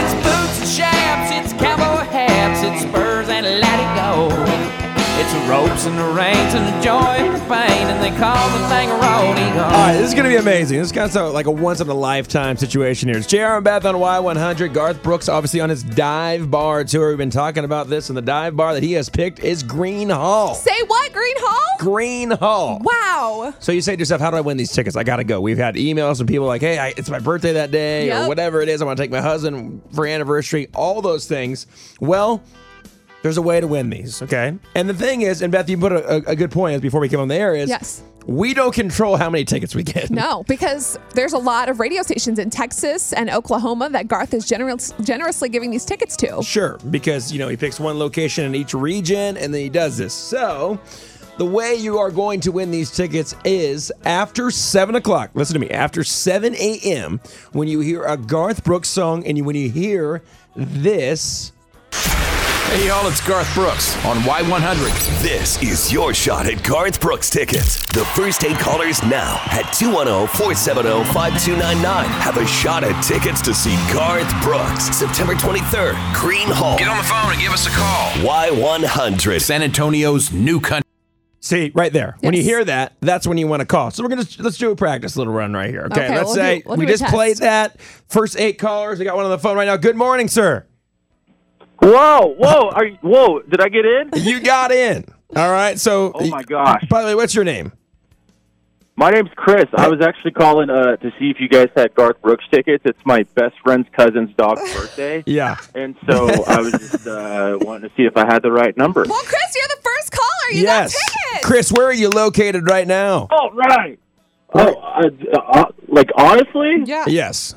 It's chaps, it's cowboy hats, it's spurs and let it go. It's the ropes and the reins and the joy and the pain, and they call the thing roadie All right, this is going to be amazing. This kind of like a once in a lifetime situation here. It's JR and Beth on Y100. Garth Brooks, obviously, on his dive bar tour. We've been talking about this, and the dive bar that he has picked is Green Hall. Say what, Green Hall? Green Hall. Wow. So you say to yourself, how do I win these tickets? I got to go. We've had emails from people like, hey, I, it's my birthday that day, or Yep. whatever it is. I want to take my husband for anniversary, all those things. Well, there's a way to win these, okay? And the thing is, and Beth, you put a, a, a good point before we came on the air is Yes. we don't control how many tickets we get. No, because there's a lot of radio stations in Texas and Oklahoma that Garth is generous, generously giving these tickets to. Sure, because you know he picks one location in each region and then he does this. So the way you are going to win these tickets is after seven o'clock. Listen to me. After seven a.m., when you hear a Garth Brooks song and you, when you hear this, Hey, y'all, it's Garth Brooks on Y100. This is your shot at Garth Brooks tickets. The first eight callers now at 210 470 5299 have a shot at tickets to see Garth Brooks September 23rd, Green Hall, Get on the phone and give us a call. Y100. San Antonio's new country. see right there. When you Yes. hear that, that's when you want to call. So we're gonna let's do a practice little run right here. Okay, Okay, let's we'll do- say we'll we do a just test. played that first eight callers. We got one on the phone right now. Good morning, sir. Whoa, whoa, are you, whoa, did I get in? You got in. All right. So Oh my gosh. By the way, what's your name? My name's Chris. I was actually calling uh, to see if you guys had Garth Brooks tickets. It's my best friend's cousin's dog's birthday. Yeah. And so I was just uh, wanting to see if I had the right number. Well, Chris, you're the first caller. You yes. got tickets. Chris, where are you located right now? All right. Oh, uh, uh, like honestly, Yeah. Yes.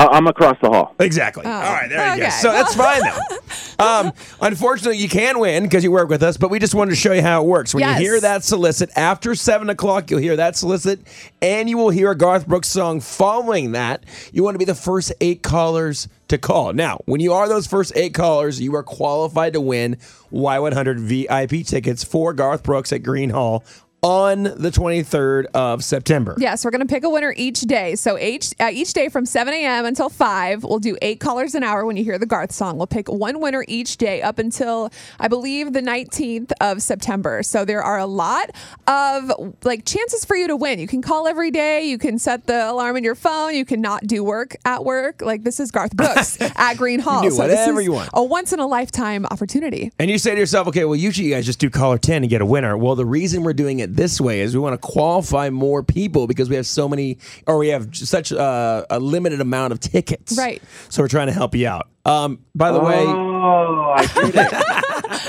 I- I'm across the hall. Exactly. All right, there you go. Oh. okay. So that's fine though. Um, unfortunately, you can win because you work with us, but we just wanted to show you how it works. When Yes. you hear that solicit after seven o'clock, you'll hear that solicit, and you will hear a Garth Brooks song. Following that, you want to be the first eight callers to call. Now, when you are those first eight callers, you are qualified to win Y100 VIP tickets for Garth Brooks at Green Hall on the 23rd of September. Yes, we're going to pick a winner each day. So each uh, each day from 7 a.m. until 5, we'll do eight callers an hour when you hear the Garth song. We'll pick one winner each day up until, I believe, the 19th of September. So there are a lot of like chances for you to win. You can call every day. You can set the alarm in your phone. You can not do work at work. Like this is Garth Brooks at Green Hall. do so this whatever is you want. A once in a lifetime opportunity. And you say to yourself, okay, well, usually you guys just do caller 10 and get a winner. Well, the reason we're doing it this way is we want to qualify more people because we have so many, or we have such uh, a limited amount of tickets. Right. So we're trying to help you out. Um, by the way, Oh, I get it.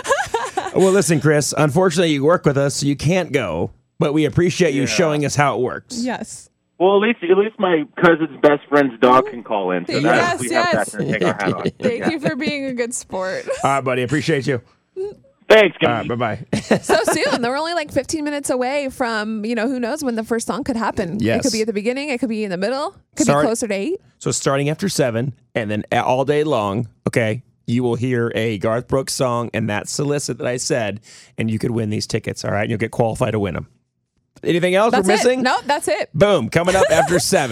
well, listen, Chris, unfortunately, you work with us, so you can't go, but we appreciate you showing us how it works. Yes. well, at least at least my cousin's best friend's dog can call in. So Yes, that we have yes. that to take our hat off. Thank you for being a good sport. All right, buddy. Appreciate you. Thanks, All guys. right. Bye bye. so soon. They're only like 15 minutes away from, you know, who knows when the first song could happen. Yes. It could be at the beginning, it could be in the middle, it could Sorry. be closer to eight. So starting after seven, and then a- all day long, okay, you will hear a Garth Brooks song and that solicit that I said, and you could win these tickets. All right, and you'll get qualified to win them. Anything else That's we're it. missing? No, that's it. Boom! Coming up after seven.